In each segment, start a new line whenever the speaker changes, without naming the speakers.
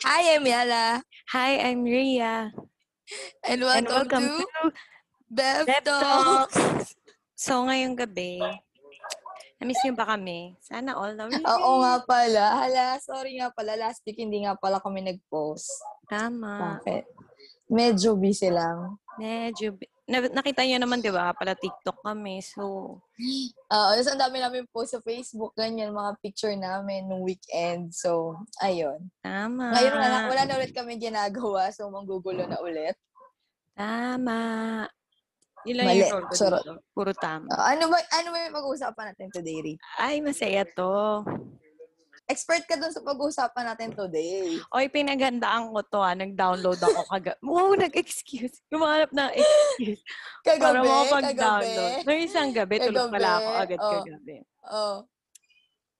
I am Yala.
Hi, I'm Rhea.
And
And
welcome,
welcome
to
to
Bev
Pep
Talk.
Talks. So, ngayong gabi, namiss niyo ba kami? Sana all the way.
Oo nga pala. Hala, sorry nga pala. Last week hindi nga pala kami nag-post.
Tama.
Bakit? Medyo busy lang.
Medyo, bi- na- nakita niyo naman, di ba, pala TikTok kami. So,
Oo, tapos Ah, ang dami namin post sa Facebook, ganyan, mga picture namin nung weekend. So, ayun.
tama.
Ngayon wala na, wala na ulit kami ginagawa, so manggugulo na ulit.
Tama. Yun lang
Mali.
yung role ko
Charot.
dito. Puro tama.
Ah, ano ba ano ba yung pag-uusapan natin today, Ri?
Ay, masaya to.
Expert ka dun sa pag-uusapan natin today.
Oy, pinaghandaan ko to ah. Nag-download ako kagabi. Oo, nag-excuse. Gumanap ng excuse.
Kagabi,
Para
kagabi.
makapag-download. Nung isang gabi, tulog
Kagabi,
pala ako agad
oh.
kagabi.
Oo.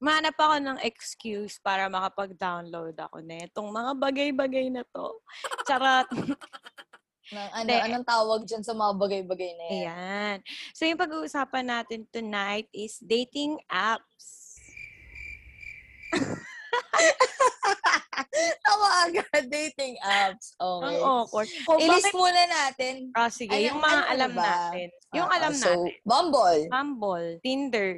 Mahanap ako ng excuse para makapag-download ako na itong mga bagay-bagay na to. Charot.
Ng, ano,
Hindi.
anong tawag dyan sa mga bagay-bagay na yan?
Ayan. So, yung pag-uusapan natin tonight is dating apps.
Tawa agad, dating apps. Okay.
Ang awkward.
I-list muna natin.
Oh, sige,
Ano-
yung mga
ano
alam
ba?
natin. Yung
Ah,
alam
so,
natin.
Bumble,
Bumble, Tinder.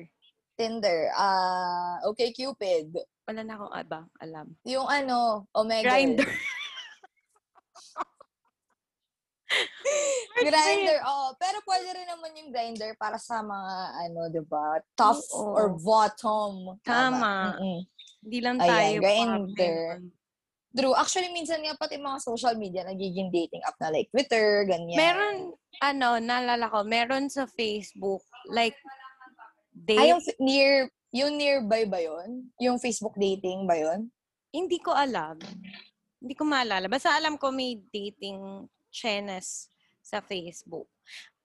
Tinder, ah okay Cupid,
Wala na akong aba, alam.
yung ano, Omega.
Grinder.
Grinder, oh. Pero pwede rin naman yung grinder para sa mga, ano, di ba? Tough
Oo.
or bottom.
Tama.
Mm-mm.
Hindi lang
Ayan,
tayo.
Grindr. True. Actually, minsan nga pati mga social media nagiging dating app na like Twitter, ganyan.
Meron, ano, naalala ko, meron sa Facebook, like, date.
Ay, yung f- near, yung nearby ba yun? Yung Facebook dating ba yun?
hindi ko alam. Hindi ko maalala. Basta alam ko may dating chenes sa Facebook.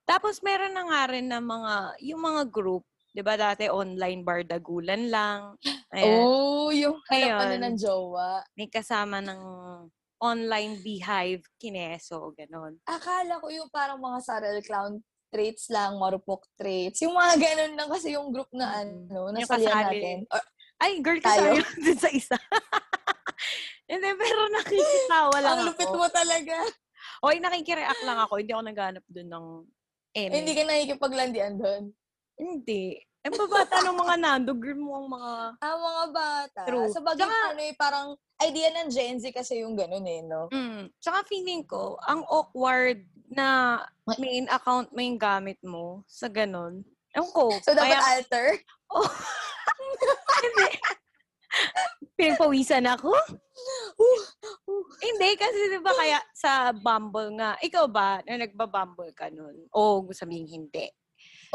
Tapos meron na nga rin ng mga, yung mga group, di ba dati online bardagulan lang. Ayan,
Oh, yung alam ano
Ayun.
ng jowa.
May kasama ng online beehive, kineso, ganon.
Akala ko yung parang mga Saral Clown traits lang, marupok traits. Yung mga ganun lang kasi yung group na
Mm.
ano,
Yung
nasalihan
kasali.
natin. Or,
Ay, girl,
Tayo?
kasama lang din sa isa. Hindi, pero nakikitawa lang
ang
ako.
lupit mo talaga.
Oy, nakikireact lang ako. Hindi ako naghanap dun ng M.
Hindi ka nakikipaglandian doon.
Hindi. Ang babata ng mga nandog, girl mo ang mga...
Ah, mga bata.
True.
Sa bagay,
Tsaka-
ano eh, parang idea ng Gen Z kasi yung ganun eh, no?
Mm. Tsaka feeling ko, ang awkward na main account mo yung gamit mo sa ganun. Ewan ko.
So, dapat
kaya, Oh.
alter?
pinagpawisan ako?
Uh,
Hindi, kasi di ba kaya sa Bumble nga, ikaw ba, na nagbabumble ka nun? O sabihin hindi.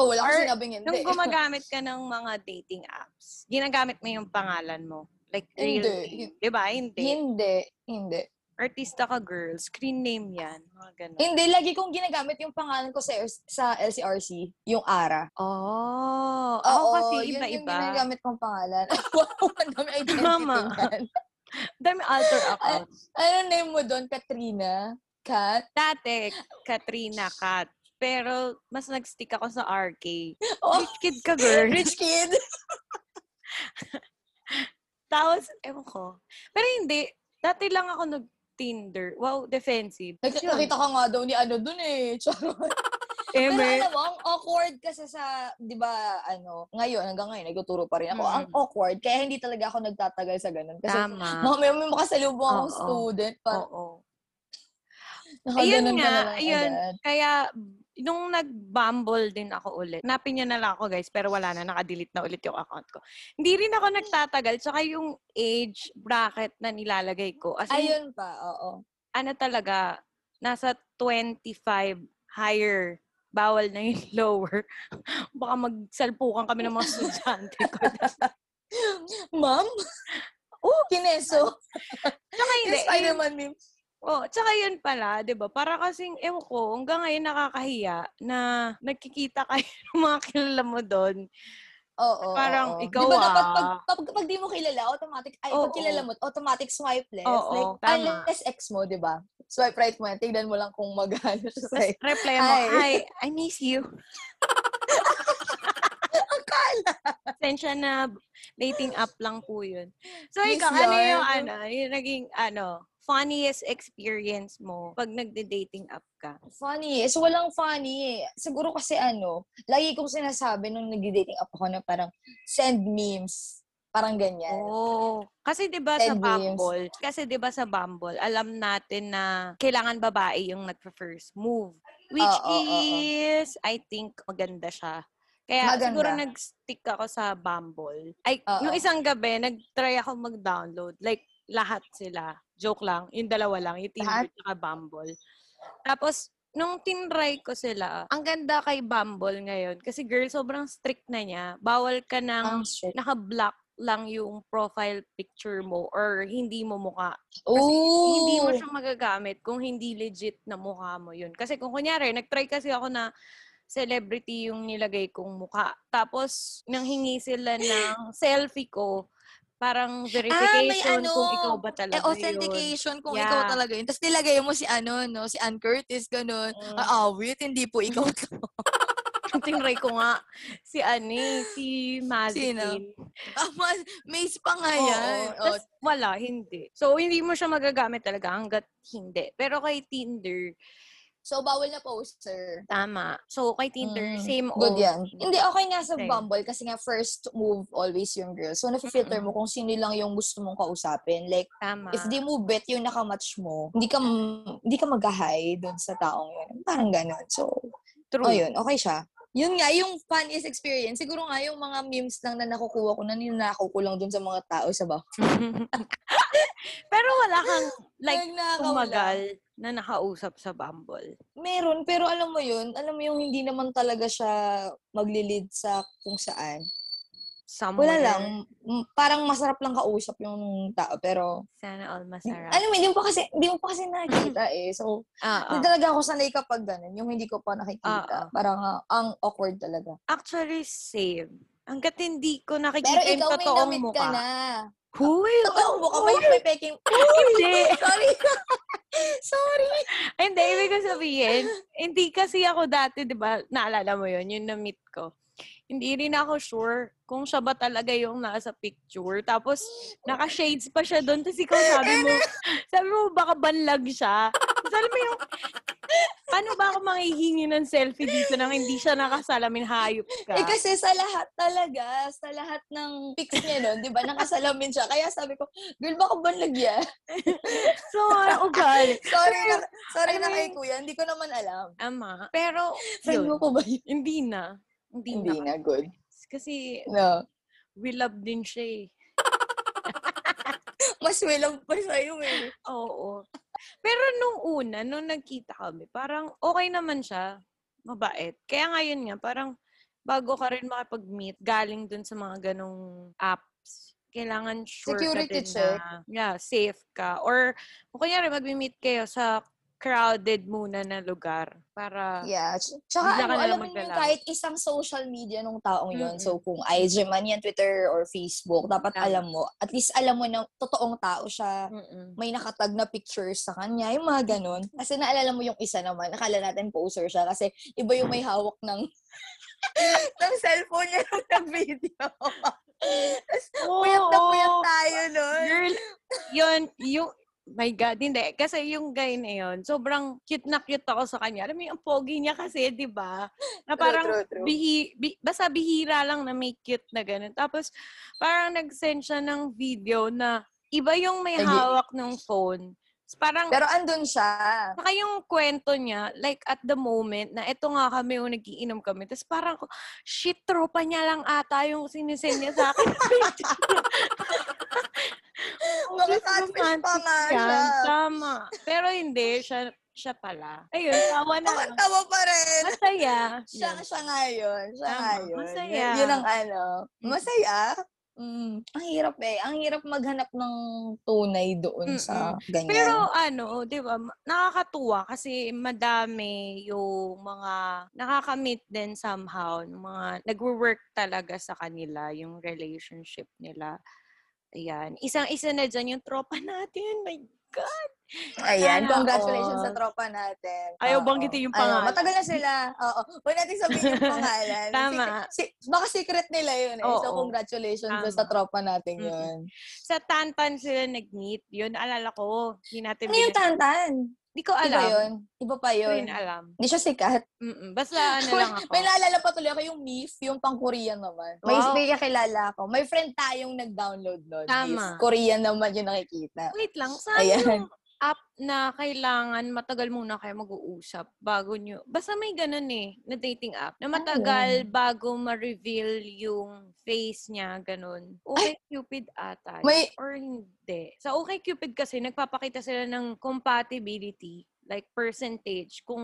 Oh, wala
Or,
akong sinabing hindi.
Nung gumagamit ka ng mga dating apps, ginagamit mo yung pangalan mo. Like, real
Hindi.
name. Di ba? Hindi.
Hindi, hindi.
Artista ka, girl. Screen name yan. Mga ganun.
Hindi, lagi kong ginagamit yung pangalan ko sa, sa LCRC, yung Ara.
Oh, ako kasi
yun yung
iba-iba.
ginagamit kong pangalan. wow, ang dami identity
Tama.
man.
Dami alter account.
Ano name mo doon, Katrina? Kat?
Dati, Katrina Kat. Pero, mas nag-stick ako sa RK.
Oh,
Rich kid ka, girl.
rich kid?
Tapos, ewan ko. Pero hindi. Dati lang ako nag-Tinder. Wow, defensive.
Nak-
Yun.
Nakita ka nga daw ni ano doon eh. Charot. Pero
Emer.
alam mo, ang awkward kasi sa, di ba, ano, ngayon, hanggang ngayon, nagtuturo pa rin ako.
Mm.
Ang awkward, kaya hindi talaga ako nagtatagal sa ganun. Kasi,
Tama.
mga may, may makasalubong akong
Oo.
student. Parang,
Oo.
nakaganon
Ayun
ka na
nga,
lang
ayun.
agad.
Kaya, nung nag-bumble din ako ulit, napin niya na lang ako guys, pero wala na, nakadelete na ulit yung account ko. Hindi rin ako nagtatagal, tsaka yung age bracket na nilalagay ko. As in,
Ayun pa, oo.
ano talaga, nasa 25 higher, bawal na yung lower. Baka magsalpukan kami ng mga estudyante ko.
Ma'am?
Oh,
Kineso?
Tsaka
Yung
hindi. yun-
Spider-Man meme.
Oh, tsaka yun pala, 'di ba? Para kasing ewan ko, hanggang ngayon nakakahiya na nagkikita kayo ng mga kilala mo doon.
Oo. oo.
Parang ikaw,
diba dapat
ah.
pag, pag, pag di mo kilala, automatic, ay,
Oo.
pag kilala mo, automatic swipe left.
Oo,
like,
tama.
unless ex mo, di ba? Swipe right mo yan, tignan mo lang kung magano siya
Tapos
sa'yo.
reply mo,
Hi.
"Hi, I miss you." Akala. Sensya na dating app lang po yun. So,
Miss
ikaw, ano
Lord.
yung ano, yung naging ano, funniest experience mo pag nagde-dating app ka?
Funny. So, walang funny eh. Siguro kasi ano, lagi kong sinasabi nung nag-dating up ako na parang send memes. Parang ganyan.
Oh, kasi 'di ba
Ten
sa
years.
Bumble, kasi 'di ba sa Bumble, alam natin na kailangan babae yung nagfa-first move, which
Oo, oo, oo.
is I think maganda siya. Kaya
Maganda.
siguro nag-stick ako sa Bumble. Ay,
Oo.
yung isang gabi, nag-try ako mag-download. Like, lahat sila. Joke lang. Yung dalawa lang. Yung Tinder
Lahat?
at Bumble. Tapos, nung tinry ko sila, ang ganda kay Bumble ngayon. Kasi girl, sobrang strict na niya. Bawal ka ng
Ang shit.
naka-block lang yung profile picture mo or hindi mo mukha. Hindi mo
Ooh! Eh,
siya magagamit kung hindi legit na mukha mo yun. Kasi kung kunyari, nag-try kasi ako na celebrity yung nilagay kong mukha. Tapos, nang hingi sila ng selfie ko, parang
Ah,
verification
ano,
kung ikaw ba
Eh,
talaga yun.
authentication kung
Yeah.
ikaw talaga yun. Tapos nilagay mo si ano, no? Si Ann Curtis, ganun.
Mm.
Ah, awit, hindi po ikaw to.
Tinry ko nga si Ani, si Mazin.
Ah, mas- Maze pa nga yan. Oh.
Oo. Tas wala, hindi. So, hindi mo siya magagamit talaga hanggat hindi. Pero kay Tinder,
So, bawal na poster.
tama. So, kay Tinder,
Mm,
same
Good
old.
yan. Hindi, okay nga sa
Same.
Bumble kasi nga first move always yung girl. So, nafe-filter mo kung sino lang yung gusto mong kausapin. Like,
Tama.
if di mo bet yung nakamatch mo, hindi ka, hindi ka mag-high dun sa taong yun. Parang ganon. So,
True.
oh yun, okay siya. Yun nga, yung funniest experience, siguro nga yung mga memes lang na nakukuha ko, na ninanakaw ko lang dun sa mga tao sa Bumble.
Pero wala kang,
Hmm,
like,
Nagnakaw lang.
tumagal na nakausap sa Bumble.
Meron, pero alam mo yun, alam mo yung hindi naman talaga siya maglilid sa kung saan.
Somewhere.
Wala lang. M- Parang masarap lang kausap yung tao. Pero,
Sana
di-
all masarap.
Hmm, alam mo, hindi mo pa kasi, hindi mo pa kasi nakikita eh. So,
Ah, ah.
hindi talaga ako sanay kapag ganun. Yung hindi ko pa
Ah,
nakikita.
ah.
Parang ah, ang awkward talaga.
Actually, same. Hanggat hindi ko
Pero ikaw
nakikita yung
may
totoong
namit ka
mukha.
na.
Huy!
Totoong mukha ba yung may peking?
Hindi! Oh
Sorry. Sorry.
Hindi, ibig ko sabihin, hindi kasi ako dati, di ba, naalala mo yun, yung na-meet ko. Hindi rin ako sure kung siya ba talaga yung nasa picture. Tapos, naka-shades pa siya doon. Tapos ikaw sabi mo, sabi mo, baka banlag siya. Tapos alam mo yung, paano ba ako manghihingi ng selfie dito nang hindi siya nakasalamin hayop ka?
Eh kasi sa lahat talaga, sa lahat ng pics niya nun, di ba, nakasalamin siya. Kaya sabi ko, girl, baka banlag yan.
so, ano, ugali.
Sorry na, sorry
Alam
na
mo
kay
yung-
kuya, hindi ko naman alam.
Ama. Pero,
Friend
yun,
mo ko ba yun?
hindi na. Hindi,
Hindi
na.
na, good.
Kasi,
No.
we love din siya eh.
Mas willing pa sa'yo eh.
Oo. Pero nung una, nung nagkita kami, parang okay naman siya. Mabait. Kaya ngayon nga, parang bago ka rin makipag-meet, galing dun sa mga ganong apps, kailangan sure
Security
ka din
check.
na yeah, safe ka. Or kung kunyari, mag-meet kayo sa crowded muna na lugar para
Yeah. Ts- Tsaka
Bigla ka
ano,
na lang
alam mo yung
magdala.
kahit isang social media nung taong yon
Mm-mm.
So, kung IG man yan, Twitter or Facebook, dapat
Tama.
alam mo. At least alam mo na totoong tao siya.
Mm-mm.
May nakatag na pictures sa kanya. Yung mga ganun. Kasi naalala mo yung isa naman. Akala natin poser siya. Kasi iba yung may hawak ng ng cellphone niya nung nag-video. Tapos, puyat na
Oo.
puyat tayo nun.
Girl, yun, yung, my God, hindi. Kasi yung guy na yun, sobrang cute na cute ako sa kanya. Alam mo yung ang pogi niya kasi, di ba? Na parang,
true, true.
Bihi, bi, basta bihira lang na may cute na ganun. Tapos, parang nag-send siya ng video na iba yung may
Ay,
hawak ng phone. Tapos Parang,
Pero andun siya.
Saka yung kwento niya, like at the moment, na eto nga kami yung nagiinom kami. Tapos parang, ko, shit, tropa niya lang ata yung sinisend niya sa akin.
Mga catfish pa nga siya.
Tama. Pero hindi, siya, siya pala. Ayun, tawa na. lang.
Tawa pa rin.
Masaya.
Siya,
Yun.
siya nga yun. Siya
Tama.
nga yun.
Masaya.
Yun ang ano. Masaya. Mm. Ang hirap eh. Ang hirap maghanap ng tunay doon sa ganyan.
Pero ano, 'di ba, ma- nakakatuwa kasi madami yung mga nakakamit din somehow, ng mga nagwo-work talaga sa kanila yung relationship nila. Ayan, isang-isa na diyan yung tropa natin. My God.
Ayan,
Sana
congratulations
all.
sa tropa natin.
Ayaw
Oo.
banggitin yung
Ano,
pangalan.
matagal na sila. Oo. Huwag natin sabihin yung pangalan.
Tama.
Si- si- baka secret nila yun eh. so,
Oo.
congratulations
Tama.
sa tropa natin
Mm-mm.
yun.
Sa Tantan sila nag-meet. Yun, alala ko. Hindi natin
Ano yung
bilang-
tantan?
Di ko
Iba
alam.
yun? Iba pa
Di ko
yun.
yun alam.
Hindi siya sikat.
Mm-mm. Basta ano lang ako.
May naalala pa tuloy ako yung MIF, yung pang-Korean naman. May,
Wow.
may kakilala ako. May friend tayong nag-download nun.
Tama.
Is Korean naman yung nakikita.
Wait lang, saan
Ayan.
yung app na kailangan matagal muna kayo mag-uusap bago nyo? Basta may ganun eh, na dating app. Na matagal bago ma-reveal yung face niya, ganun. Okay Cupid ata.
May-
Or hindi. Sa okay Cupid kasi, nagpapakita sila ng compatibility, like percentage. Kung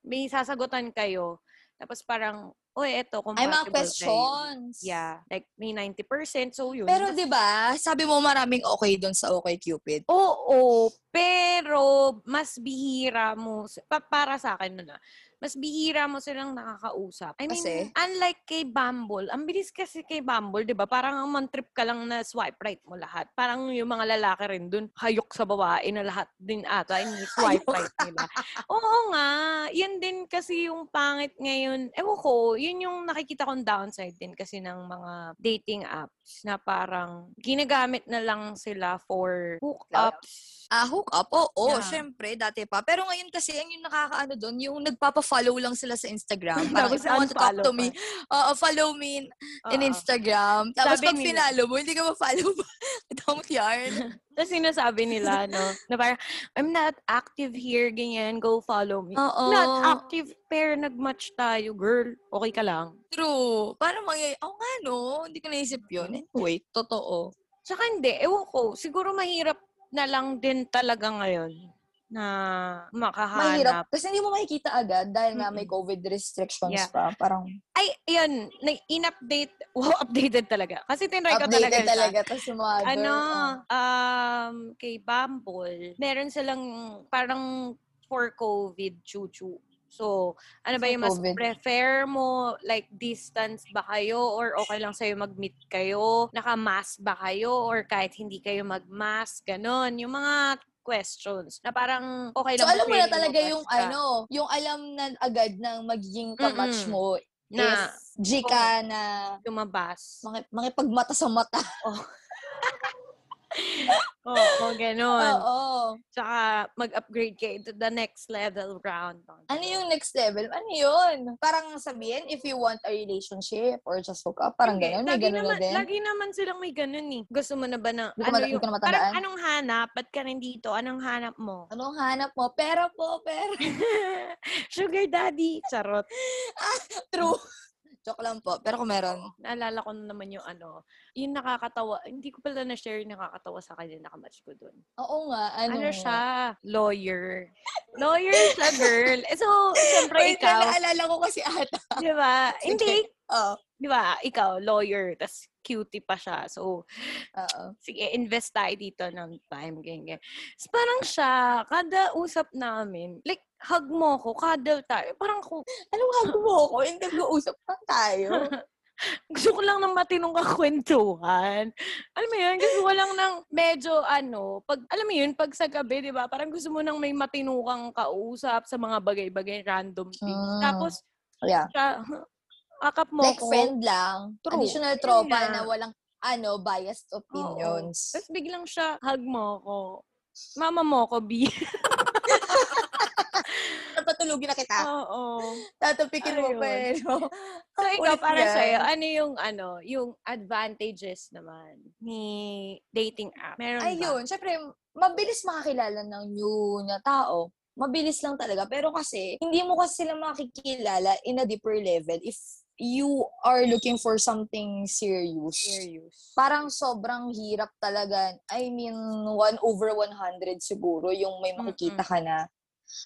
may sasagutan kayo, tapos parang, oy, eto,
Ay,
compatible
mga
kayo."
questions.
Yeah. Like, may 90%, so yun.
Pero 'di ba, sabi mo maraming okay doon sa Okay Cupid.
Oo, pero mas bihira mo, s- pa- para sa akin nun ah, mas bihira mo silang nakakausap. I mean,
Kasi?
unlike kay Bumble, ang bilis kasi kay Bumble, di ba? Parang ang man-trip ka lang na swipe right mo lahat. Parang yung mga lalaki rin dun, hayok sa babae na lahat din ata, yung swipe right nila. Oo nga, yan din kasi yung pangit ngayon. Ewan ko, yun yung nakikita kong downside din kasi ng mga dating apps na parang ginagamit na lang sila for hookups.
Ah, hook up. Oo,
Yeah.
syempre, dati pa. Pero ngayon kasi, ang yung nakakaano doon, yung nagpapa-follow lang sila sa Instagram. Parang, if
Tapos
you want to talk
unfollow
to me, oo, follow me in, in
Oo.
Instagram. Tapos
Sabi
pag
nila-
pinalo mo, hindi ka ma-follow ba? Don't yarn.
Tapos sinasabi nila, no, na parang, I'm not active here, ganyan, go follow me.
Oo.
Not active, pero nag-match tayo, girl. Okay ka lang.
True. Parang mangyay, oo nga no, hindi ko naisip yun. Anyway, totoo.
Tsaka hindi, ewan ko, siguro mahirap na lang din talaga ngayon na makahanap.
Mahirap. Kasi hindi mo makikita agad dahil nga may
Mm-mm.
COVID restrictions
Yeah.
pa. Parang
Ay, yun, na- in-update, wow, updated talaga. Kasi tinry ko talaga.
updated
siya.
talaga. Tapos yung mga girl,
ano,
oo.
um, kay Bumble, meron silang parang for COVID, chuchu. So, ano ba
For
yung mas
COVID.
prefer mo? Like, distance ba kayo? Or okay lang sa'yo mag-meet kayo? Naka-mask ba kayo? Or kahit hindi kayo mag-mask? Ganon. Yung mga questions na parang okay
So,
lang ba
alam mo na
sa'yo
talaga
lumabas
yung
ka?
ano, yung alam na agad ng magiging kamatch
Mm-mm.
mo
na
ano, is G ka na
lumabas.
maki- makipagmata sa mata.
Oo, oh, ganon.
Oo.
Tsaka mag-upgrade kayo to the next level round.
Ano yung next level? Ano yun? Parang sabihin, if you want a relationship or just hook up, parang gano'n.
Hindi,
May
lagi
gano'n na
naman,
din.
Lagi naman silang may ganun eh. Gusto mo na ba na,
Hindi ko
ano
mata- hindi
yung,
ko na
parang
matandaan.
anong hanap? Ba't ka nandito? Anong hanap mo?
Anong hanap mo? Pera po, pera.
Sugar daddy. Charot.
True. Joke lang po. Pero kung meron.
Naalala ko na naman yung ano, yung nakakatawa, hindi ko pala na-share yung nakakatawa sa kanya, nakamatch ko dun.
Oo nga. Ano,
Ano siya? Lawyer. Lawyer siya, girl. Eh, so, siyempre
Wait,
ikaw,
na naalala ko kasi ata.
di ba? Hindi,
Oo.
di ba? Ikaw, lawyer, tas cutie pa siya. So,
Oo.
sige, invest tayo dito ng time, ganyan, ganyan. So, parang siya, kada usap namin, like, hug mo ko, cuddle tayo. Parang ko,
Anong hug mo ako? Hindi nag-uusap lang tayo.
gusto ko lang ng matinong kakwentuhan. Alam mo yun, gusto ko lang ng medyo ano, pag, alam mo yun, pag sa gabi, di ba, parang gusto mo nang may matino kang kausap sa mga bagay-bagay, random things.
Mm.
Tapos,
Yeah.
siya, akap mo
Like
ko.
friend lang.
True.
Additional
Yun
tropa
nga.
na walang ano, biased opinions.
Tapos biglang siya, hug mo ko. Mama mo ko, B.
Papatulugin na kita.
Oo.
Tatapikin mo pa eh.
Ayun.
no?
So,
Ang
ikaw,
ulit
para
yan.
sa'yo, ano yung, ano, yung advantages naman ni dating app? Meron ba?
Ayun, syempre, mabilis makakilala ng new na tao. Mabilis lang talaga. Pero kasi, hindi mo kasi sila makikilala in a deeper level if you are looking for something serious.
Serious.
Parang sobrang hirap talaga. I mean, 1 over 100 siguro yung may makikita ka na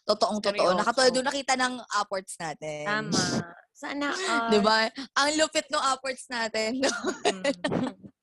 totoong-totoo.
Seryoso.
Nakatulad doon nakita ng upwards natin.
Tama. Sana all.
Di ba? Ang lupit ng upwards natin.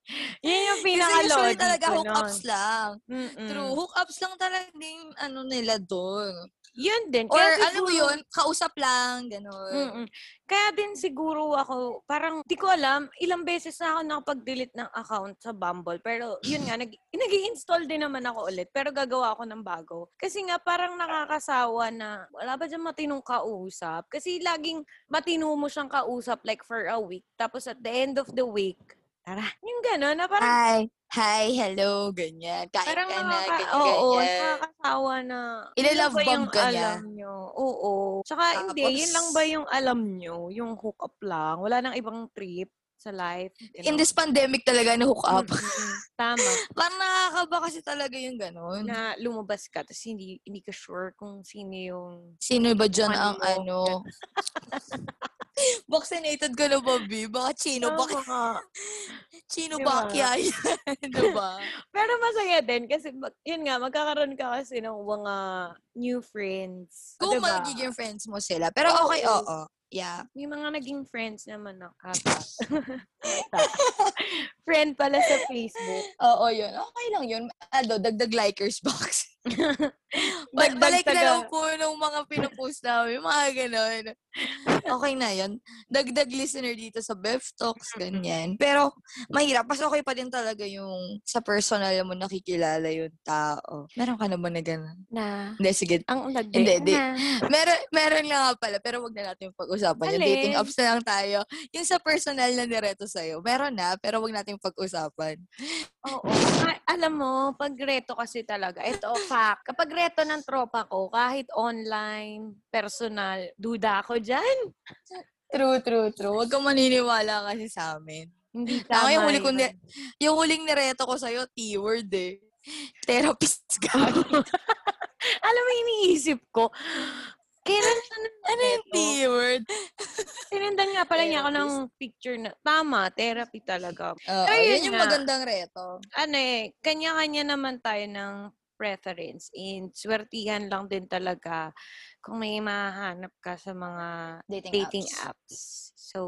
Mm. Yun yung
Kasi
pinaka-lodi
usually talaga
ko nun.
hookups lang.
Mm-mm.
True. Hookups lang talaga yung ano nila doon.
Yun din.
Or
Kaya
alam mo
siguro- Mm,
yun, kausap lang, gano'n.
Mm-mm. Kaya din siguro ako, parang di ko alam, ilang beses na ako nakapag-delete ng account sa Bumble. Pero yun nga, nag, nag install din naman ako ulit. Pero gagawa ako ng bago. Kasi nga parang nakakasawa na wala ba dyan matinong kausap? Kasi laging matino mo siyang kausap like for a week. Tapos at the end of the week, tara, yung gano'n na parang
Hi, hi, hello, ganyan. Kain
Parang
ka na,
nakaka-
ganyan,
oo,
ah, ganyan.
nakakasawa na.
Ila
yun lang
love
ba
bomb
yung
ka niya?
Alam nyo. Oo. Tsaka hindi, yun lang ba
Tapos-
yung alam nyo? Yung hook up lang? Wala nang ibang trip sa life?
In this pandemic talaga na hook
Mm.
up.
Tama.
Parang nakakaba kasi talaga yung gano'n.
Na lumabas ka, tapos hindi, hindi ka sure kung sino yung...
Sino ba dyan ang
Ano mo?
ano? Vaccinated ka na ba, B? Baka chino, baka
Tama.
chino
Di
ba
ba?
kaya yan? diba?
Pero masaya din kasi, mag- yun nga, magkakaroon ka kasi ng mga new friends.
Kung
Diba?
magiging friends mo sila. Pero
Oo.
okay, oo. Yeah.
May mga naging friends naman na kata. Friend pala sa Facebook.
Oo, yun. Okay lang yun. Ano, dagdag likers box. Ba-
Dagdag
balik na
taga-
lang po nung mga pinupost namin. Mga ganon. Okay na yun. Dagdag listener dito sa Bev Talks, ganyan. Pero, mahirap. Mas okay pa din talaga yung sa personal mo nakikilala yung tao. Meron ka naman na gano'n?
Na.
Hindi, sige.
Ang lagay
Hindi, di.
na.
Meron, meron na nga pala, pero wag na natin pag-usapan yun.
Alin?
Dating apps na lang tayo. Yung sa personal na nireto sa'yo, meron na, pero wag natin pag-usapan.
Oo. Ka- alam mo, pag reto kasi talaga, ito fact, kapag reto ng tropa ko, kahit online, personal, duda ako dyan.
True, true, true. Wag kang maniniwala kasi sa amin.
Hindi
Ako
tama.
yung Ah, huli kong
yun.
ni- yung huling nireto ko sa'yo, T-word eh. Therapist ka.
alam mo, iniisip ko, kailan siya nang
ano yung
reto?
T-word?
Sinendan nga pala niya ako ng
Therapist.
picture na, tama, therapy talaga.
Oo,
Ayun
yun yung
nga.
magandang reto.
ano eh, kanya-kanya naman tayo ng preference. In swertihan lang din talaga kung may mahanap ka sa mga
Dating,
dating
apps.
apps. So,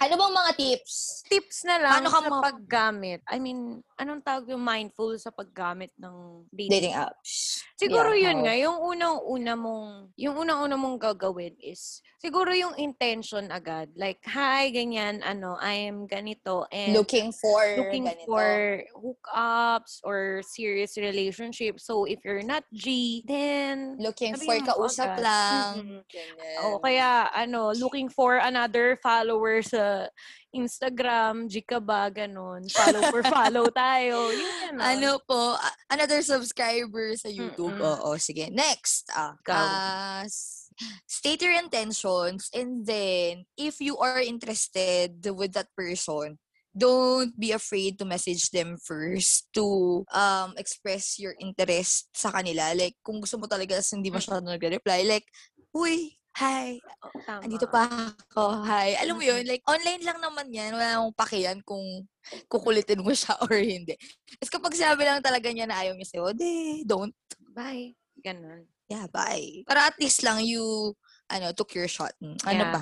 Ano bang mga tips?
tips na lang
Paano ka
sa
ma-
paggamit. I mean, anong tawag yung mindful sa paggamit ng dating,
Dating apps.
Siguro
Yeah,
yun
how-
nga, yung unang-una mong, yung unang-una mong gagawin is, siguro yung intention agad. Like, hi, ganyan, ano, I am ganito. And
Looking for
looking
ganito.
for hookups or serious relationships. So, if you're not G, then...
Looking for
sabihin mo
kausap
agad.
lang.
Mm-mm.
Ganyan.
O kaya, ano, looking for another follower sa Instagram, G ka ba, ganun. Follow for follow tayo. Yung ganun.
Ano po, a- another subscriber sa YouTube.
Mm-mm.
Oo, sige. Next. Ah,
Ikaw.
ah, s- state your intentions and then if you are interested with that person, don't be afraid to message them first to um express your interest sa kanila. Like, kung gusto mo talaga tas hindi masyado nagre-reply, like, Uy, hi,
Oo, tama.
andito pa ako, hi. Alam mo
Mm-mm.
yun, like, online lang naman yan. Wala akong pakiyan kung kukulitin mo siya or hindi. Tapos kapag sinabi lang talaga niya na ayaw niya sa'yo, de, don't.
Bye. Ganun.
Yeah, bye. Para at least lang you, ano, took your shot. Mm, Ano
Yeah.
ba?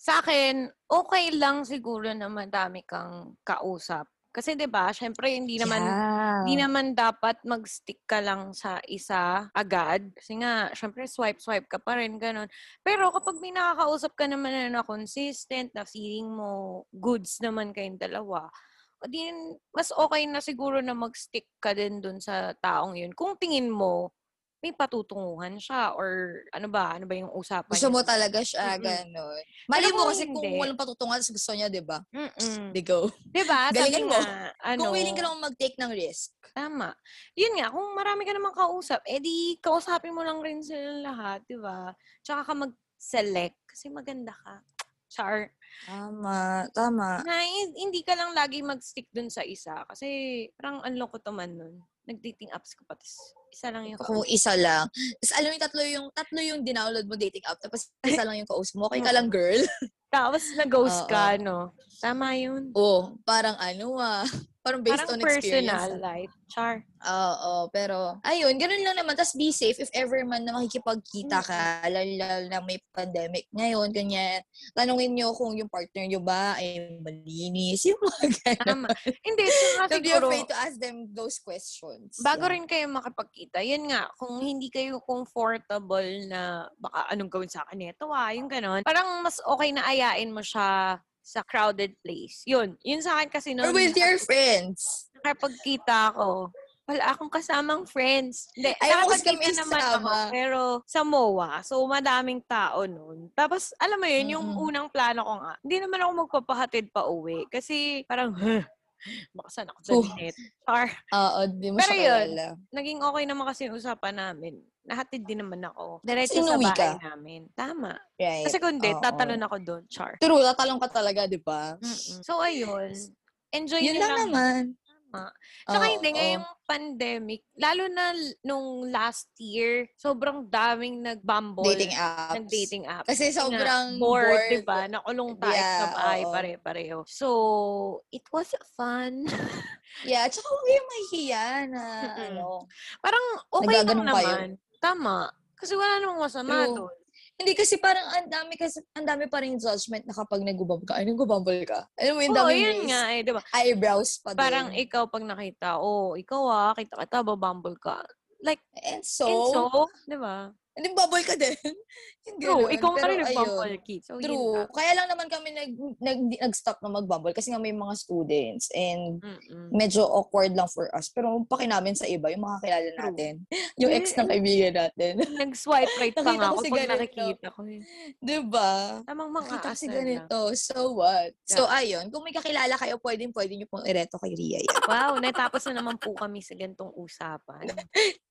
Sa akin, okay lang siguro na madami kang kausap. Kasi 'di ba, syempre hindi naman
yeah.
Hindi naman dapat mag-stick ka lang sa isa agad. Kasi nga, syempre, swipe-swipe ka pa rin, ganun. Pero kapag may nakakausap ka naman na, na consistent, na feeling mo goods naman kayong dalawa, o din, mas okay na siguro na mag-stick ka din dun sa taong yun. Kung tingin mo, may patutunguhan siya or ano ba, ano ba yung usapan
gusto mo
niya?
talaga siya,
Mm-mm.
gano'n. Mali
Pero
mo
kung
kasi kung
hindi-
walang patutungan, tas gusto niya, di ba?
Mm-mm.
Di go.
Diba? Sabi
Galingan mo.
nga, ano,
Kung willing ka lang mag-take ng risk.
Tama. Yun nga, kung marami ka namang kausap, eh di kausapin mo lang rin sila lahat, di ba? Tsaka ka mag-select kasi maganda ka. Char.
Tama, tama.
Na, hin- hindi ka lang lagi mag-stick dun sa isa kasi parang ang loko to man nun. Nag-dating apps ko pa, tas isa lang yung
Kung isa lang. Tapos alam mo yung tatlo yung, tatlo yung dinownload mo dating app, tapos isa lang yung kausap mo. Okay ka lang, girl.
Tapos nag-ghost
Oo.
ka, no? Tama yun.
Oh, parang ano ah. Parang based
Parang
on experience.
personal life. Char.
Oo, pero ayun, ganun lang naman. Tapos be safe if ever man na makikipagkita
Mm.
ka, lalo, lalo na may pandemic ngayon, ganyan. Tanungin nyo kung yung partner nyo ba ay malinis, yung mga ganun.
Tama. Hindi, tsaka
Don't be
siguro,
afraid to ask them those questions.
bago rin kayo makipagkita, yun nga, kung hindi kayo comfortable na baka anong gawin sa akin nito, ah, yung ganun. Parang mas okay na ayain mo siya sa crowded place. Yun. Yun sa akin kasi
Or
noon,
with your friends.
nakapagkita ako, wala akong kasamang friends. Hindi,
Ay, ako kasi
nakapagkita
may
naman ako,
kasama.
pero sa MOA, so madaming tao noon. Tapos, alam mo yun, yung
Mm-mm.
unang plano ko nga, hindi naman ako magpapahatid pa uwi. Kasi, parang, huh, baka saan ako
Oh.
dalilit. Char.
Oo, di mo
Pero
siya
yun,
kilala.
naging okay naman kasi yung usapan namin. Nahatid din naman ako. Diretso sa
Sinuwi
bahay
ka?
namin. Tama.
Right.
Kasi kundi,
Eh, Oo.
tatalon ako doon, char.
True, tatalong ka talaga, di ba?
Mm-mm. So, ayun. Enjoy
Yun
nyo
lang naman.
Tama. Tsaka
Oo,
hindi, ngayong pandemic, lalo na l- nung last year, sobrang daming nagbumble.
dating apps.
Nag-dating app.
Kasi
Kasi nga,
sobrang
bored,
bored.
di ba? Nakulong tayo sa
Yeah,
bahay,
oo.
pare-pareho. So, it was fun.
Yeah, tsaka huwag kayong mahihiya na
Mm-mm.
ano.
Parang okay lang
Nagaganon kayo.
naman. Tama. Kasi wala namang masama
True.
doon.
Hindi kasi parang ang dami kasi ang dami pa rin judgment na kapag nagubab ka. Anong gubabol ka? Alam mo yung
Oo,
dami
yun
is
nga eh, di ba?
eyebrows pa din.
Parang ikaw pag nakita, oh, ikaw ah, kita kita, babumble ka.
and
So,
so,
And so, di ba?
and then bubble ka din. Yung
True,
ganun.
ikaw nga
Pero
rin
ayun.
nagbumble, Kit. So, yun
True.
lang.
Kaya lang naman kami nag, nag, nag-stop na mag-bubble kasi nga may mga students and
Mm-mm.
medyo awkward lang for us. Pero paki namin sa iba, yung mga kilala
True.
natin. Yung ex ng
Eh,
kaibigan natin.
Nag-swipe right pa
Nakita
nga
ko
ako
si
pag
ganito.
nakikita ko. eh.
Diba?
Tamang mga
Nakita kasi
aasar lang.
ganito. So what? So
Yeah.
ayun, kung may kakilala kayo, pwedeng pwede niyo pong ireto kay Ria yan.
Wow, natapos na naman po kami sa gantong usapan.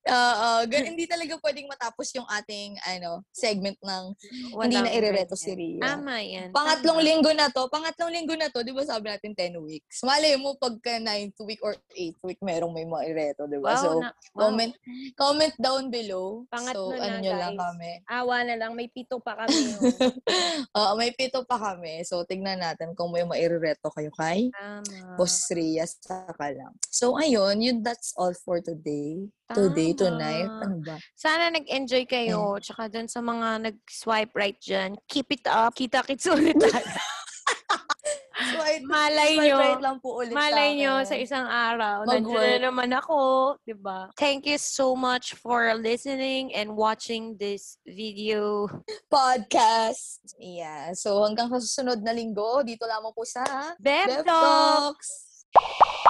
Oo, gan- hindi talaga pwedeng matapos yung ating ano segment ng hindi na
Walang
irereto
ganyan.
si Ria.
Tama yan.
Pangatlong
tama.
linggo na to, pangatlong linggo na to, di ba sabi natin 10 weeks. Malay mo pagka 9th week or 8th week, merong may mga ireto, di ba?
Wow,
so,
na, wow.
comment comment down below.
Pangatlo
so,
na,
ano nyo lang
guys.
kami.
Awa na lang, may pito pa kami. oh.
Oo, may pito pa kami. So, tignan natin kung may mairereto kayo kay
Tama.
Boss Rhea saka lang. So, ayun, yun, that's all for today. Today,
Tama.
tonight, ano ba?
Sana nag-enjoy kayo. Tsaka dun sa mga nag-swipe right dyan, keep it up. Kita-kits ulit tayo.
Swipe,
Malay
swipe
nyo.
right lang po ulit
Malay nyo sa
akin.
isang araw.
Mag-work.
Nandiyan na naman ako. 'di ba? Thank you so much for listening and watching this video.
podcast. Yeah. So, hanggang sa susunod na linggo, dito lamang po sa
Beb
Dev
Talk!
Talks.